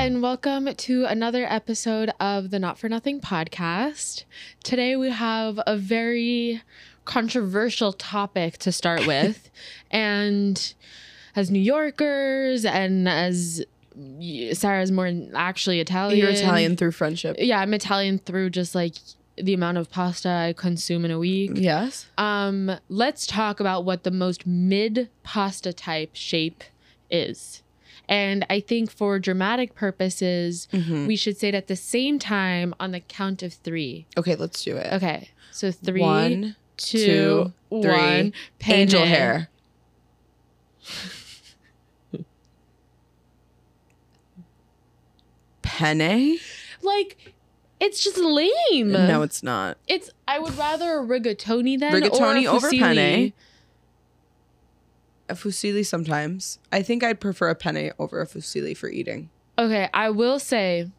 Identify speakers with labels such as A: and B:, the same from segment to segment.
A: welcome to another episode of the Not for Nothing podcast. Today we have a very controversial topic to start with. and as New Yorkers and as y- Sarah's more actually Italian.
B: You're Italian through friendship.
A: Yeah, I'm Italian through just like the amount of pasta I consume in a week.
B: Yes.
A: Um, let's talk about what the most mid pasta type shape is. And I think for dramatic purposes,
B: Mm-hmm.
A: we should say it at the same time on the count of three.
B: Okay, let's do it.
A: Okay. So three,
B: One.
A: two,
B: two,
A: one.
B: three. Angel
A: Penne.
B: hair. Penne?
A: Like, it's just lame.
B: No, it's not.
A: it's. I would rather a rigatoni than
B: Rigatoni
A: or a
B: over
A: fusilli.
B: penne. A fusilli sometimes. I think I'd prefer a penne over a fusilli for eating.
A: Okay, I will say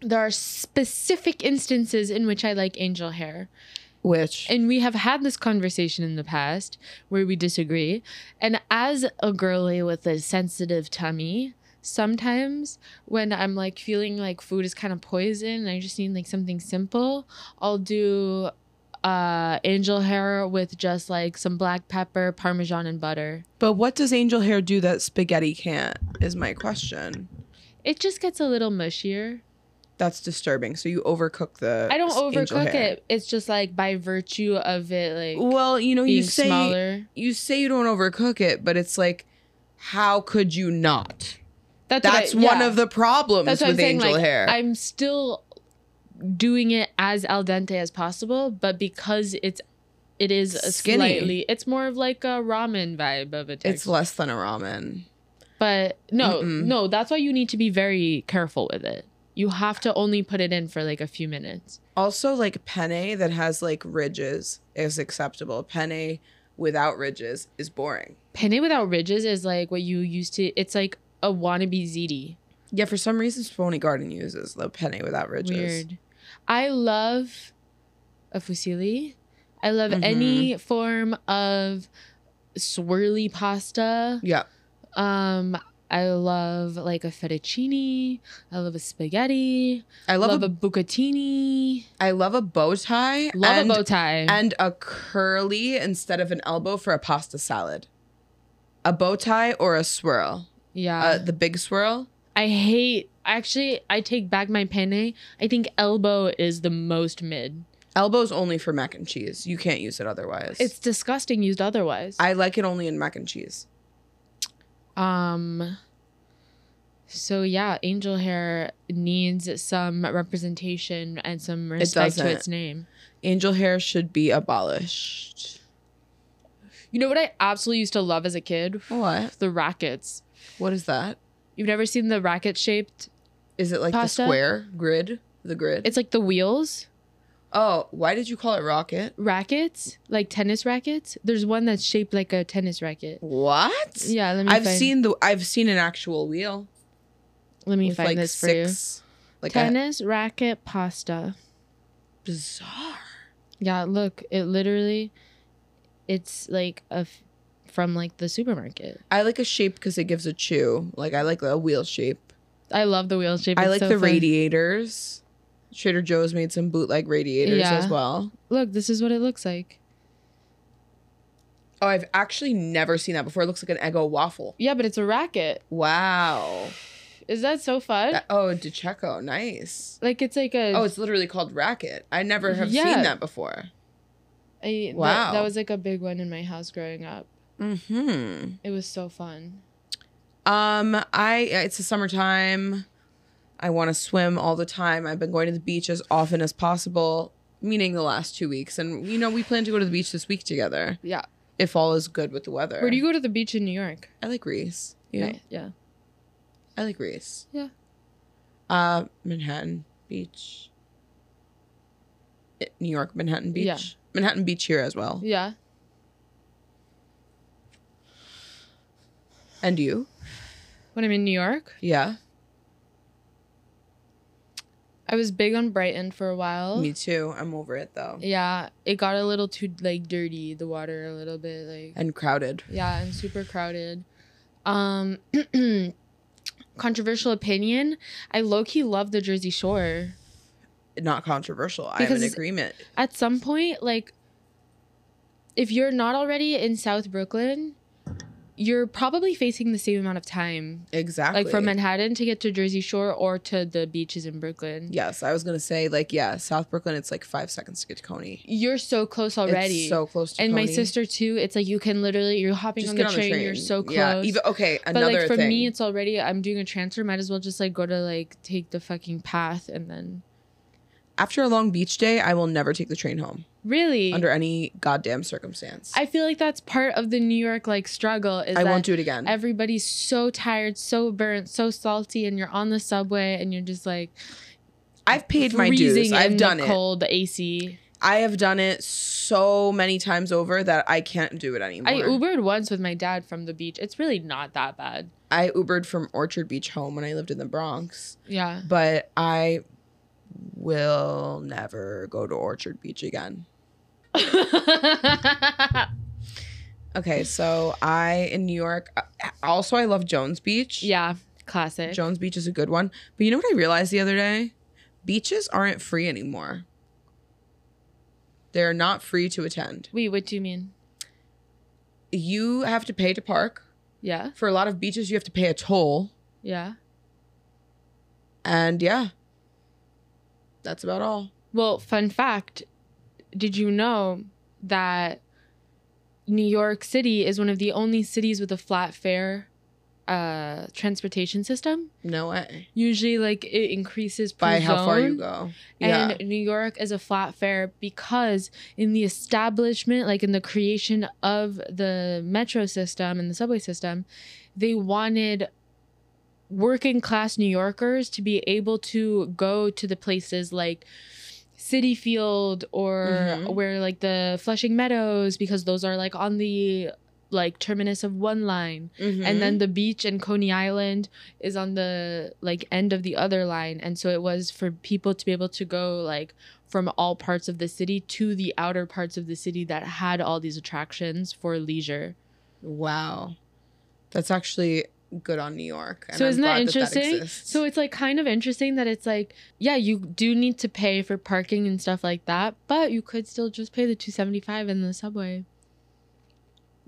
A: there are specific instances in which I like angel hair.
B: Which?
A: And we have had this conversation in the past where we disagree. And as a girly with a sensitive tummy, sometimes when I'm like feeling like food is kind of poison and I just need like something simple, I'll do uh angel hair with just like some black pepper, parmesan and butter.
B: But what does angel hair do that spaghetti can't? Is my question.
A: It just gets a little mushier.
B: That's disturbing. So you overcook the.
A: I don't
B: s- angel
A: overcook
B: hair.
A: it. It's just like by virtue of it like
B: Well, you know,
A: being
B: you say
A: smaller.
B: you say you don't overcook it, but it's like, how could you not?
A: That's, what I-
B: That's one
A: yeah.
B: of the problems
A: That's what
B: with
A: I'm saying.
B: angel
A: like,
B: hair.
A: I'm still doing it as al dente as possible, but because it's it is a
B: Skinny.
A: slightly it's more of like a ramen vibe of a texture.
B: it's less than a ramen.
A: but no,
B: Mm-mm.
A: no, that's why you need to be very careful with it. You have to only put it in for like a few minutes.
B: Also, like penne that has like ridges is acceptable. Penne without ridges is boring.
A: Penne without ridges is like what you used to it's like a wannabe ziti.
B: Yeah, for some reason, Spony Garden uses the penne without ridges.
A: Weird. I love a fusilli. I love any
B: Mm-hmm.
A: form of swirly pasta.
B: Yeah.
A: Um, I love like a fettuccine. I love a spaghetti.
B: I
A: Love,
B: love,
A: a,
B: a
A: bucatini.
B: I love a bow tie.
A: Love
B: and,
A: a bow tie.
B: and uh, a curly instead of an elbow for a pasta salad. A bow tie or a swirl.
A: yeah,
B: Uh, the big swirl.
A: I hate. Actually, I take back my penne. I think elbow is the most mid.
B: Elbow's only for mac and cheese. You can't use it otherwise.
A: It's disgusting used otherwise.
B: I like it only in mac and cheese.
A: um. So yeah, angel hair needs some representation and some respect to
B: doesn't.
A: its name.
B: Angel hair should be abolished.
A: You know what I absolutely used to love as a kid?
B: What?
A: The rackets.
B: What is that?
A: You've never seen the racket shaped
B: Is it like
A: Pasta?
B: the square grid? The grid.
A: It's like the wheels,
B: oh, why did you call it rocket?
A: rackets, like tennis rackets. There's one that's shaped like a tennis racket.
B: What?
A: Yeah, let me.
B: I've
A: find,
B: seen the I've seen an actual wheel
A: Let me
B: with
A: find
B: like
A: this for you.
B: six like a
A: tennis racket pasta.
B: bizarre.
A: Yeah, look, it literally, it's like a f- from like the supermarket.
B: I like a shape because it gives a chew. Like I like a wheel shape.
A: I love the wheel shape.
B: I
A: It's
B: like
A: so
B: the
A: fun.
B: radiators. Trader Joe's made some bootleg radiators
A: Yeah.
B: as well.
A: Look, this is what it looks like.
B: Oh, I've actually never seen that before. It looks like an Eggo waffle.
A: Yeah, but it's a racket.
B: Wow.
A: Is that so fun?
B: That- oh, DeCheco, nice.
A: like it's like a.
B: Oh, it's literally called racket. I never have
A: Yeah.
B: seen that before.
A: I- That,
B: wow.
A: that was like a big one in my house growing up.
B: Hmm.
A: It was so fun.
B: Um, I it's the summertime. I want to swim all the time. I've been going to the beach as often as possible, meaning the last two weeks. And you know, we plan to go to the beach this week together
A: Yeah.
B: if all is good with the weather.
A: Where do you go to the beach in New York?
B: I like Greece. Yeah,
A: Right, Yeah.
B: I like Greece.
A: Yeah.
B: Uh, Manhattan Beach. Eh, New York, Manhattan Beach.
A: Yeah.
B: Manhattan Beach here as well.
A: Yeah.
B: And you?
A: When I'm in New York,
B: Yeah.
A: I was big on Brighton for a while.
B: Me too. I'm over it though.
A: Yeah, it got a little too like dirty, the water a little bit like
B: And crowded.
A: yeah, and super crowded. Um controversial opinion, I low key love the Jersey Shore.
B: Not controversial. I'm in
A: Because-
B: agreement.
A: At some point, like, if you're not already in South Brooklyn, you're probably facing the same amount of time,
B: Exactly.
A: like from Manhattan to get to Jersey Shore or to the beaches in Brooklyn.
B: Yes, I was gonna say like yeah, South Brooklyn. It's like five seconds to get to Coney.
A: You're so close already.
B: It's so close to
A: and my
B: Coney.
A: sister too. It's like you can literally you're hopping
B: Just
A: on the,
B: get on
A: train, You're so close.
B: Yeah. Even okay.
A: but
B: Another
A: like for
B: thing.
A: me, it's already I'm doing a transfer. Might as well just like go to like take the fucking path and then
B: after a long beach day, I will never take the train home
A: really.
B: under any goddamn circumstance. I,
A: I feel like that's part of the New York like struggle is that
B: won't do it again.
A: everybody's so tired, so burnt, so salty, and you're on the subway and you're just like
B: I've paid my dues.
A: freezing
B: I've
A: in
B: done
A: the
B: it.
A: cold, the AC.
B: I have done it so many times over that I can't do it anymore.
A: I Ubered once with my dad from the beach. It's really not that bad.
B: I Ubered from Orchard Beach home when I lived in the Bronx,
A: Yeah,
B: but I will never go to Orchard Beach again. Okay, so I in New York. uh, Also, I love Jones Beach.
A: yeah, classic.
B: Jones Beach is a good one. But you know what I realized the other day? Beaches aren't free anymore. They're not free to attend.
A: Wait, what do you mean?
B: You have to pay to park.
A: Yeah,
B: For a lot of beaches, you have to pay a toll.
A: yeah.
B: And yeah, that's about all.
A: Well, fun fact did you know that New York City is one of the only cities with a flat fare uh, transportation system?
B: No way.
A: Usually, like, it increases per
B: By how far
A: zone.
B: you go. Yeah.
A: And New York is a flat fare because in the establishment, like in the creation of the metro system and the subway system, they wanted working class New Yorkers to be able to go to the places like City Field or
B: Mhm.
A: where like the Flushing Meadows because those are like on the like terminus of one line
B: Mm-hmm.
A: and then the beach and Coney Island is on the like end of the other line and so it was for people to be able to go like from all parts of the city to the outer parts of the city that had all these attractions for leisure.
B: wow. That's actually good on New York. and
A: so
B: I'm
A: isn't that
B: glad
A: interesting?
B: exists.
A: so it's like kind of interesting that it's like yeah, you do need to pay for parking and stuff like that, but you could still just pay the 275 in the subway.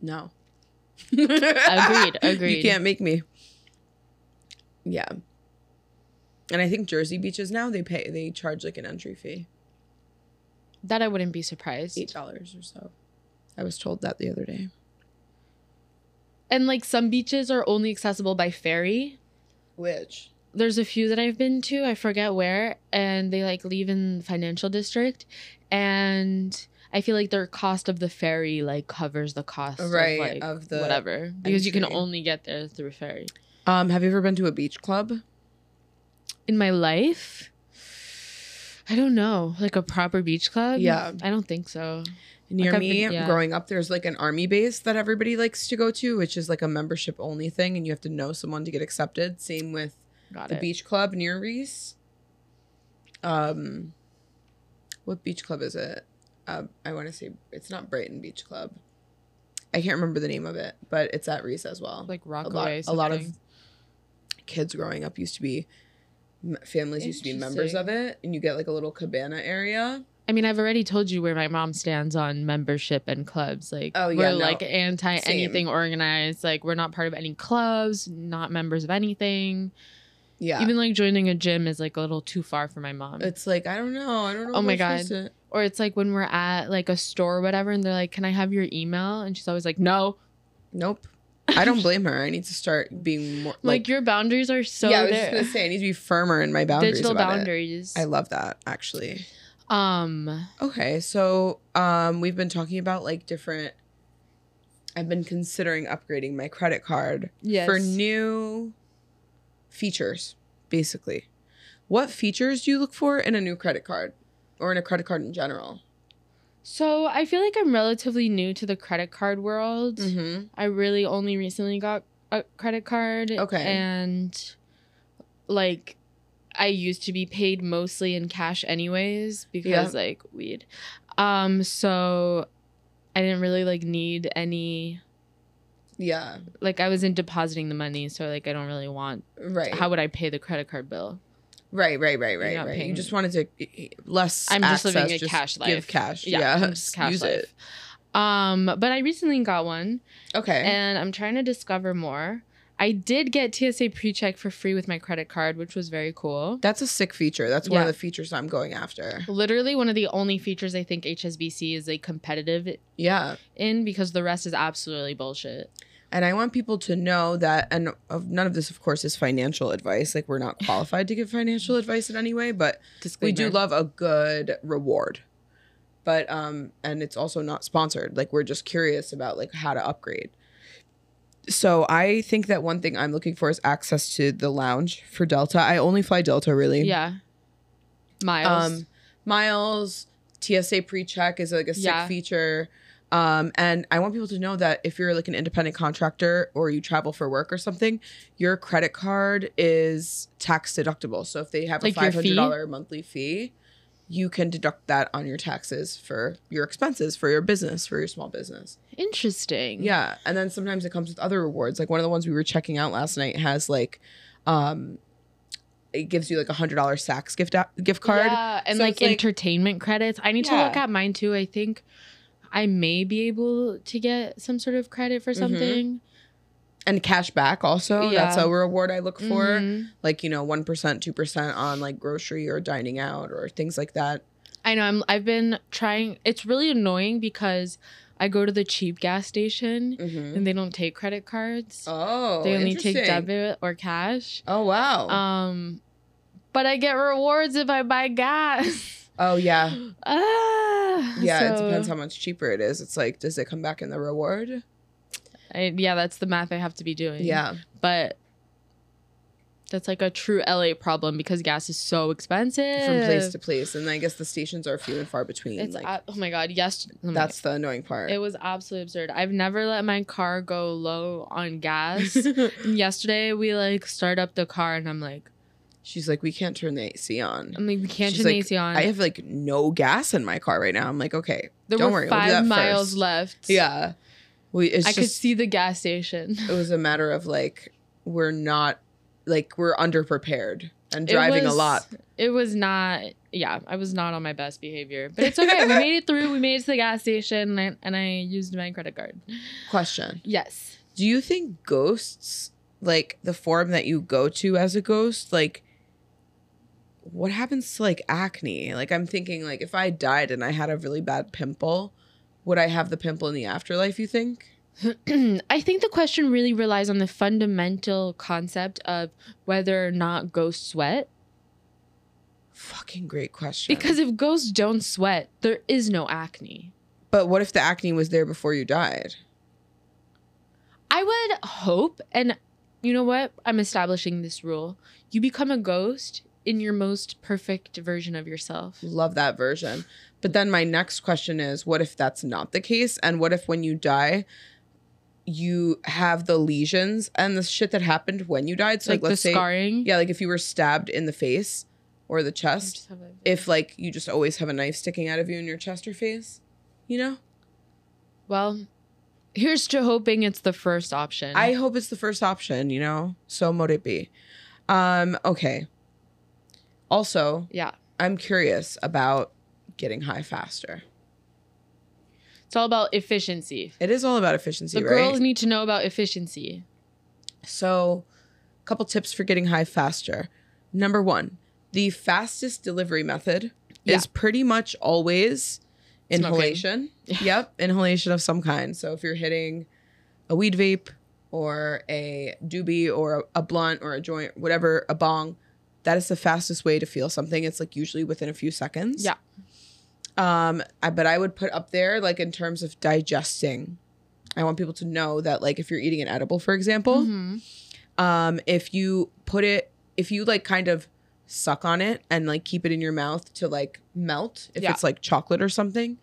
B: No.
A: Agreed,
B: You
A: agreed.
B: can't make me. Yeah. And I think Jersey beaches now they pay they charge like an entry fee.
A: That I wouldn't be surprised.
B: Eight dollars or so. I was told that the other day.
A: And like some beaches are only accessible by ferry.
B: Which?
A: there's a few that I've been to, I forget where, and they like leave in the financial district and I feel like their cost of the ferry like covers the cost of,
B: Right,
A: like,
B: of the
A: whatever because you can
B: entry.
A: only get there through ferry.
B: Um, have you ever been to a beach club?
A: In my life, I don't know, like a proper beach club?
B: Yeah.
A: I don't think so.
B: Near
A: Like, I've
B: me,
A: been- yeah.
B: growing up, there's like an army base that everybody likes to go to, which is like a membership only thing, and you have to know someone to get accepted. Same with
A: Got
B: the
A: it.
B: beach club near Reese. Um, what beach club is it? Uh, I want to say it's not Brighton Beach Club. I can't remember the name of it, but it's at Reese as well.
A: like
B: a
A: Rockaway.
B: lot, a lot of kids growing up used to be m- families used to be members of it, and you get like a little cabana area.
A: I mean, I've already told you where my mom stands on membership and clubs. Like,
B: Oh, yeah,
A: we're
B: no.
A: like anti
B: Same.
A: anything organized. Like, we're not part of any clubs, not members of anything.
B: Yeah,
A: Even like joining a gym is like a little too far for my mom.
B: it's like I don't know, I don't know.
A: Oh
B: if
A: my
B: I'm supposed to-
A: or it's like when we're at like a store or whatever, and they're like, "Can I have your email?" And she's always like, "No."
B: Nope. I don't blame her. I need to start being more
A: Like,
B: like.
A: your boundaries are so
B: yeah, I was
A: there.
B: just gonna say I need to be firmer in my boundaries.
A: digital
B: about it.
A: boundaries.
B: I love that actually.
A: um,
B: Okay, so um, we've been talking about like different. I've been considering upgrading my credit card
A: yes.
B: for new features, basically. What features do you look for in a new credit card or in a credit card in general?
A: so I feel like I'm relatively new to the credit card world.
B: Mm-hmm.
A: I really only recently got a credit card.
B: Okay.
A: And like I used to be paid mostly in cash anyways because like weed. Um so I didn't really like need any
B: Yeah.
A: Like I wasn't depositing the money, so like I don't really want.
B: Right.
A: How would I pay the credit card bill?
B: right. Right. Right. Right.
A: not
B: Right.
A: paying-
B: You just wanted to eh, eh, less.
A: I'm just living
B: access,
A: a cash life.
B: Give cash.
A: Yeah,
B: Yeah.
A: I'm just cash
B: Use
A: life.
B: it.
A: Um, but I recently got one,
B: Okay.
A: and I'm trying to discover more. I did get TSA PreCheck for free with my credit card, which was very cool.
B: That's a sick feature. That's one
A: Yeah.
B: of the features I'm going after.
A: Literally one of the only features I think HSBC is like competitive
B: Yeah.
A: in because the rest is absolutely bullshit.
B: And I want people to know that, and of, none of this, of course, is financial advice. Like, we're not qualified to give financial advice in any way, but we do
A: Disclaimer.
B: love a good reward. But, um, and it's also not sponsored. Like, we're just curious about, like, how to upgrade. So I think that one thing I'm looking for is access to the lounge for Delta. I only fly Delta, really.
A: Yeah. Miles.
B: Um, Miles TSA pre-check is like a sick
A: Yeah.
B: feature. Um, and I want people to know that if you're like an independent contractor or you travel for work or something, your credit card is tax deductible. So if they have
A: Like
B: a
A: your
B: five
A: fee?
B: hundred dollar monthly fee, you can deduct that on your taxes for your expenses for your business for your small business.
A: Interesting.
B: Yeah, and then sometimes it comes with other rewards. Like one of the ones we were checking out last night has like, um, it gives you like a hundred dollar Saks gift gift card.
A: Yeah, and
B: So
A: like
B: it's like-
A: entertainment credits. I need to look
B: Yeah.
A: at mine too. I think I may be able to get some sort of credit for
B: Mhm.
A: something.
B: and cash back also that's
A: Yeah.
B: a reward i look for
A: Mhm.
B: like you know 1% 2% on like grocery or dining out or things like that
A: I know. I'm. I've been trying. It's really annoying because I go to the cheap gas station and they don't take credit cards.
B: Mm-hmm. oh
A: Mm-hmm. they only take
B: interesting.
A: debit or cash.
B: oh wow
A: Um, but I get rewards if I buy gas.
B: oh yeah
A: ah,
B: yeah
A: so-
B: it depends how much cheaper it is it's like does it come back in the reward
A: I, yeah, that's the math I have to be doing.
B: yeah
A: But that's like a true LA problem because gas is so expensive.
B: from place to place and i guess the stations are few and far between
A: It's
B: like
A: ab- oh my god, yes. oh my-
B: that's the annoying part
A: it was absolutely absurd. I've never let my car go low on gas. And Yesterday we like start up the car and I'm like
B: she's like we can't turn the ac on
A: I'm like we can't
B: She's
A: turn the
B: like,
A: AC on.
B: i have like no gas in my car right now i'm like okay
A: there
B: don't
A: were
B: worry, we'll do
A: 5
B: that
A: miles
B: first.
A: left.
B: yeah we it's
A: I
B: just
A: could see the gas station.
B: it was a matter of like we're not like we're underprepared and driving
A: it was,
B: a lot.
A: It was not. Yeah, I was not on my best behavior, but it's okay. we made it through. We made it to the gas station, and I, and I used my credit card.
B: Question:
A: Yes.
B: Do you think ghosts, like the form that you go to as a ghost, like what happens to like acne? Like I'm thinking, like if I died and I had a really bad pimple, would I have the pimple in the afterlife? You think?
A: I think the question really relies on the fundamental concept of whether or not ghosts sweat.
B: Fucking great question.
A: Because if ghosts don't sweat, there is no acne.
B: but what if the acne was there before you died?
A: I would hope, and you know what? I'm establishing this rule. You become a ghost in your most perfect version of yourself.
B: Love that version. But then my next question is what if that's not the case? And what if when you die, you have the lesions and the shit that happened when you died? So,
A: like
B: like,
A: the
B: let's say,
A: scarring.
B: yeah, like if you were stabbed in the face or the
A: I just
B: chest,
A: have a-
B: if like you just always have a knife sticking out of you in your chest or face, you know?
A: Well, here's to hoping it's the first option.
B: I hope it's the first option, you know? So, mote it be. Um, okay. Also,
A: yeah.
B: I'm curious about getting high faster.
A: It's all about efficiency.
B: It is all about efficiency,
A: the
B: right?
A: girls need to know about efficiency.
B: So, a couple tips for getting high faster. Number one, the fastest delivery method is pretty much always
A: Smoking.
B: inhalation. Yep, inhalation of some kind. So, if you're hitting a weed vape or a doobie or a blunt or a joint, whatever, a bong, that is the fastest way to feel something. It's like usually within a few seconds.
A: Yeah.
B: Um, I, but I would put up there like in terms of digesting. I want people to know that like if you're eating an edible, for example,
A: Mhm.
B: um if you put it if you like kind of suck on it and like keep it in your mouth to like melt if
A: Yeah.
B: it's like chocolate or something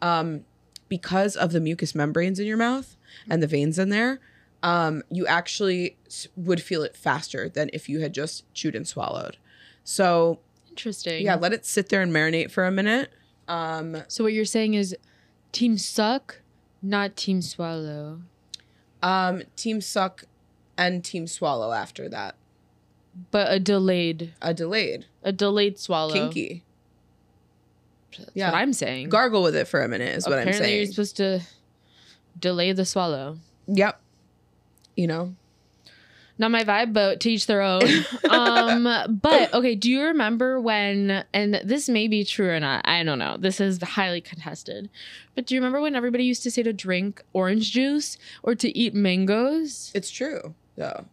B: um because of the mucous membranes in your mouth and the veins in there um you actually s- would feel it faster than if you had just chewed and swallowed so
A: Interesting.
B: yeah let it sit there and marinate for a minute um
A: So what you're saying is, team suck, not team swallow.
B: Um, team suck and team swallow after that.
A: but a delayed,
B: A delayed.
A: a delayed swallow.
B: Kinky.
A: That's
B: Yeah.
A: what I'm saying.
B: Gargle with it for a minute is what
A: Apparently,
B: I'm saying.
A: you're supposed to delay the swallow.
B: yep. You know?
A: Not my vibe, but to each their own. um, but okay, do you remember when? And this may be true or not. I don't know. This is highly contested. But do you remember when everybody used to say to drink orange juice or to eat mangoes?
B: It's true, though.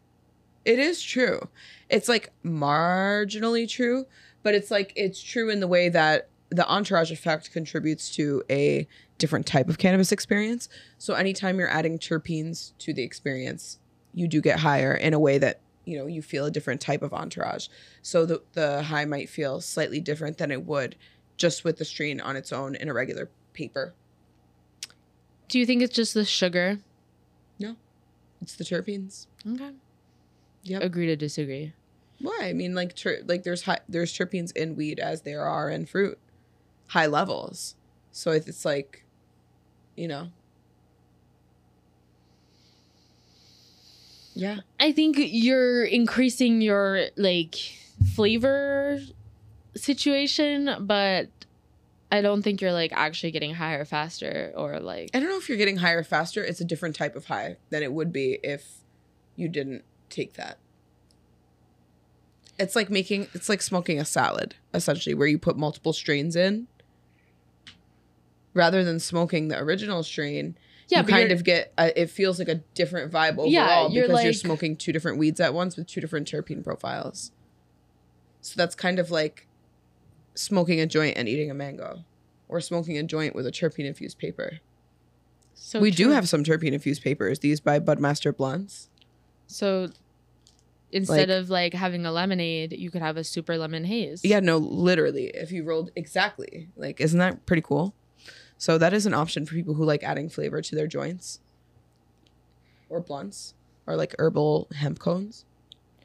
B: It is true. It's like marginally true, but it's like it's true in the way that the entourage effect contributes to a different type of cannabis experience. So anytime you're adding terpenes to the experience, you do get higher in a way that you know you feel a different type of entourage. So the the high might feel slightly different than it would just with the strain on its own in a regular paper.
A: Do you think it's just the sugar?
B: It's the terpenes.
A: Okay.
B: Yep.
A: Agree to disagree.
B: Why? I mean, like, ter- like there's high, there's terpenes in weed as there are in fruit, high levels. So it's, it's like, you know. Yeah.
A: I think you're increasing your like flavor situation, but I don't think you're like actually getting higher faster or like
B: I don't know if you're getting higher faster. It's a different type of high than it would be if you didn't take that. It's like making it's like smoking a salad, essentially, where you put multiple strains in. Rather than smoking the original strain, you
A: but
B: kind
A: you're-
B: of get uh, it feels like a different vibe overall
A: Yeah, you're
B: because you're
A: like-
B: smoking two different weeds at once with two different terpene profiles. So that's kind of like smoking a joint and eating a mango, or smoking a joint with a terpene infused paper.
A: so
B: we do
A: true.
B: have some terpene infused papers. These by Budmaster Blunts.
A: so instead
B: Like-
A: of like having a lemonade, you could have a super lemon haze.
B: Yeah, no, literally, if you rolled exactly, like, isn't that pretty cool? So that is an option for people who like adding flavor to their joints, or blunts, or like herbal hemp cones.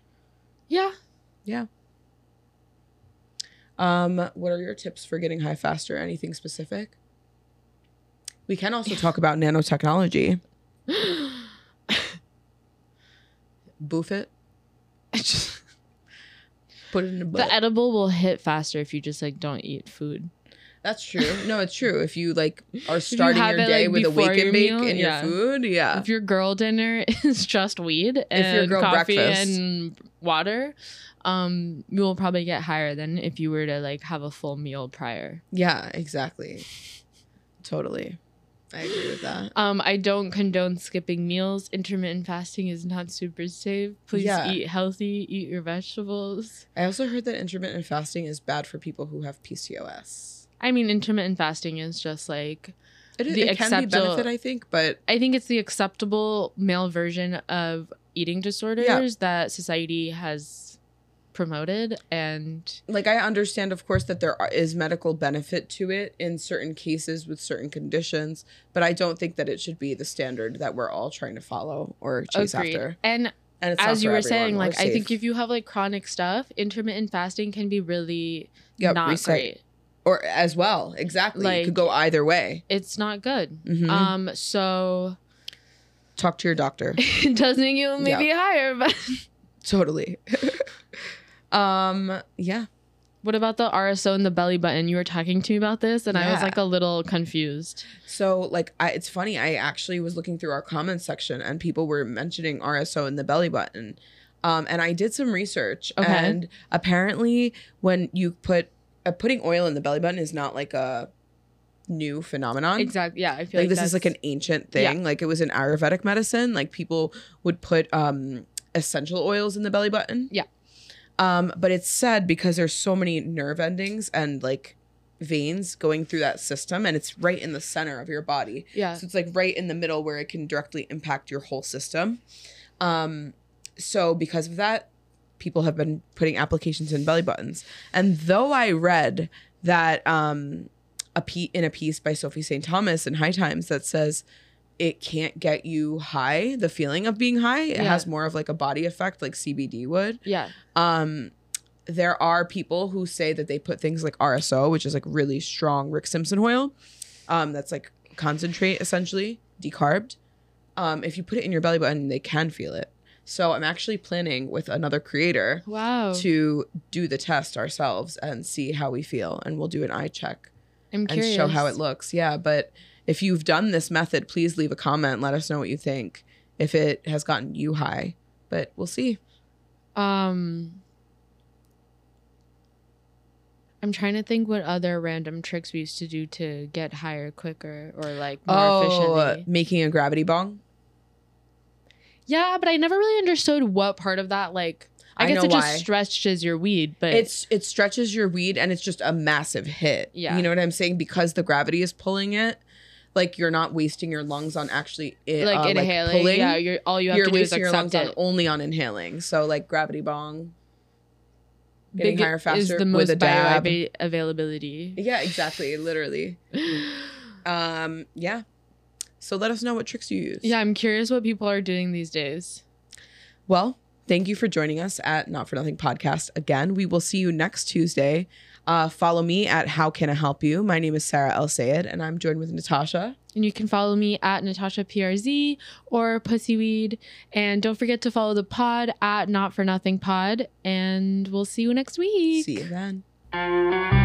A: yeah.
B: Um, what are your tips for getting high faster? Anything specific? We can also talk about nanotechnology. Boof it, put it in a butt.
A: the edible will hit faster if you just like don't eat food.
B: That's true. No, it's true. If you like are
A: you
B: starting
A: have
B: your
A: it,
B: day
A: like,
B: with a
A: before
B: wake and
A: your
B: bake
A: meal,
B: in
A: yeah.
B: your food, yeah.
A: If your girl dinner is just weed and
B: If your girl
A: coffee
B: breakfast-
A: and water, um, you will probably get higher than if you were to like have a full meal prior.
B: Yeah, exactly. Totally. I agree with that.
A: Um, I don't condone skipping meals. Intermittent fasting is not super safe. Please
B: Yeah.
A: eat healthy. Eat your vegetables.
B: I also heard that intermittent fasting is bad for people who have PCOS.
A: I mean, intermittent fasting is just like
B: It, is-
A: The
B: it can be
A: acceptal-
B: benefit, I think, but
A: I think it's the acceptable male version of eating disorders that society has promoted and
B: like I understand, of course, that there are, is medical benefit to it in certain cases with certain conditions, but I don't think that it should be the standard that we're all trying to follow or chase
A: agreed.
B: after.
A: And
B: And it's not
A: as you
B: for
A: were
B: everyone.
A: saying, like I think
B: safe.
A: if you have like chronic stuff, intermittent fasting can be really
B: Yep,
A: not
B: reset.
A: great.
B: or as well, exactly, it
A: Like-
B: could go either way.
A: It's not good.
B: Mhm.
A: Um, so
B: Talk to your doctor.
A: it doesn't think you'll maybe higher, but
B: totally. um. Yeah.
A: what about the RSO and the belly button? You were talking to me about this, and I was
B: Yeah.
A: like a little confused.
B: So like, I, it's funny. I actually was looking through our comments section, and people were mentioning RSO in the belly button. Um, and I did some research,
A: Okay.
B: and apparently, when you put uh, putting oil in the belly button is not like a new phenomenon.
A: Exactly. Yeah, I feel
B: Like,
A: like,
B: this is like an
A: that's-
B: ancient
A: Yeah.
B: thing. Like it was in Ayurvedic medicine. Like people would put um, essential oils in the belly button.
A: Yeah.
B: Um, but it's said because there's so many nerve endings and like veins going through that system, and it's right in the center of your body.
A: yeah.
B: So it's like right in the middle where it can directly impact your whole system. Um, so because of that, people have been putting applications in belly buttons. And though I read that um, a pe- in a piece by Sophie St. Thomas in High Times that says it can't get you high, the feeling of being high, it
A: Yeah.
B: has more of like a body effect, like CBD would
A: Yeah.
B: um there are people who say that they put things like RSO, which is like really strong Rick Simpson oil, um, that's like concentrate essentially, decarbed, um, if you put it in your belly button, they can feel it. So I'm actually planning with another creator
A: Wow.
B: to do the test ourselves and see how we feel, and we'll do an eye check
A: I'm
B: and
A: curious.
B: show how it looks. Yeah, but if you've done this method, please leave a comment. Let us know what you think. If it has gotten you high, but we'll see.
A: Um I'm trying to think what other random tricks we used to do to get higher quicker or like more
B: oh,
A: efficiently.
B: making a gravity bong.
A: Yeah, but I never really understood what part of that like I,
B: I
A: guess
B: know
A: it just
B: why.
A: stretches your weed, but
B: It's it stretches your weed and it's just a massive hit.
A: Yeah.
B: you know what I'm saying because the gravity is pulling it. Like you're not wasting your lungs on actually it,
A: like
B: uh,
A: inhaling.
B: pulling.
A: yeah, you're all you have
B: you're
A: to do is
B: wasting your lungs
A: accept
B: on
A: it.
B: only on inhaling. So like gravity bong, getting
A: Big
B: higher
A: is
B: faster
A: the most
B: with a dab.
A: bioavailability.
B: Yeah, exactly. Literally. Um, yeah. So let us know what tricks you use.
A: yeah, I'm curious what people are doing these days.
B: Well, thank you for joining us at Not for Nothing Podcast again. We will see you next Tuesday. Uh, follow me at How Can I Help You. My name is Sarah El Sayed, and I'm joined with Natasha.
A: And you can follow me at Natasha PRZ or Pussyweed. And don't forget to follow the pod at Not For Nothing Pod. And we'll see you next week.
B: See you then.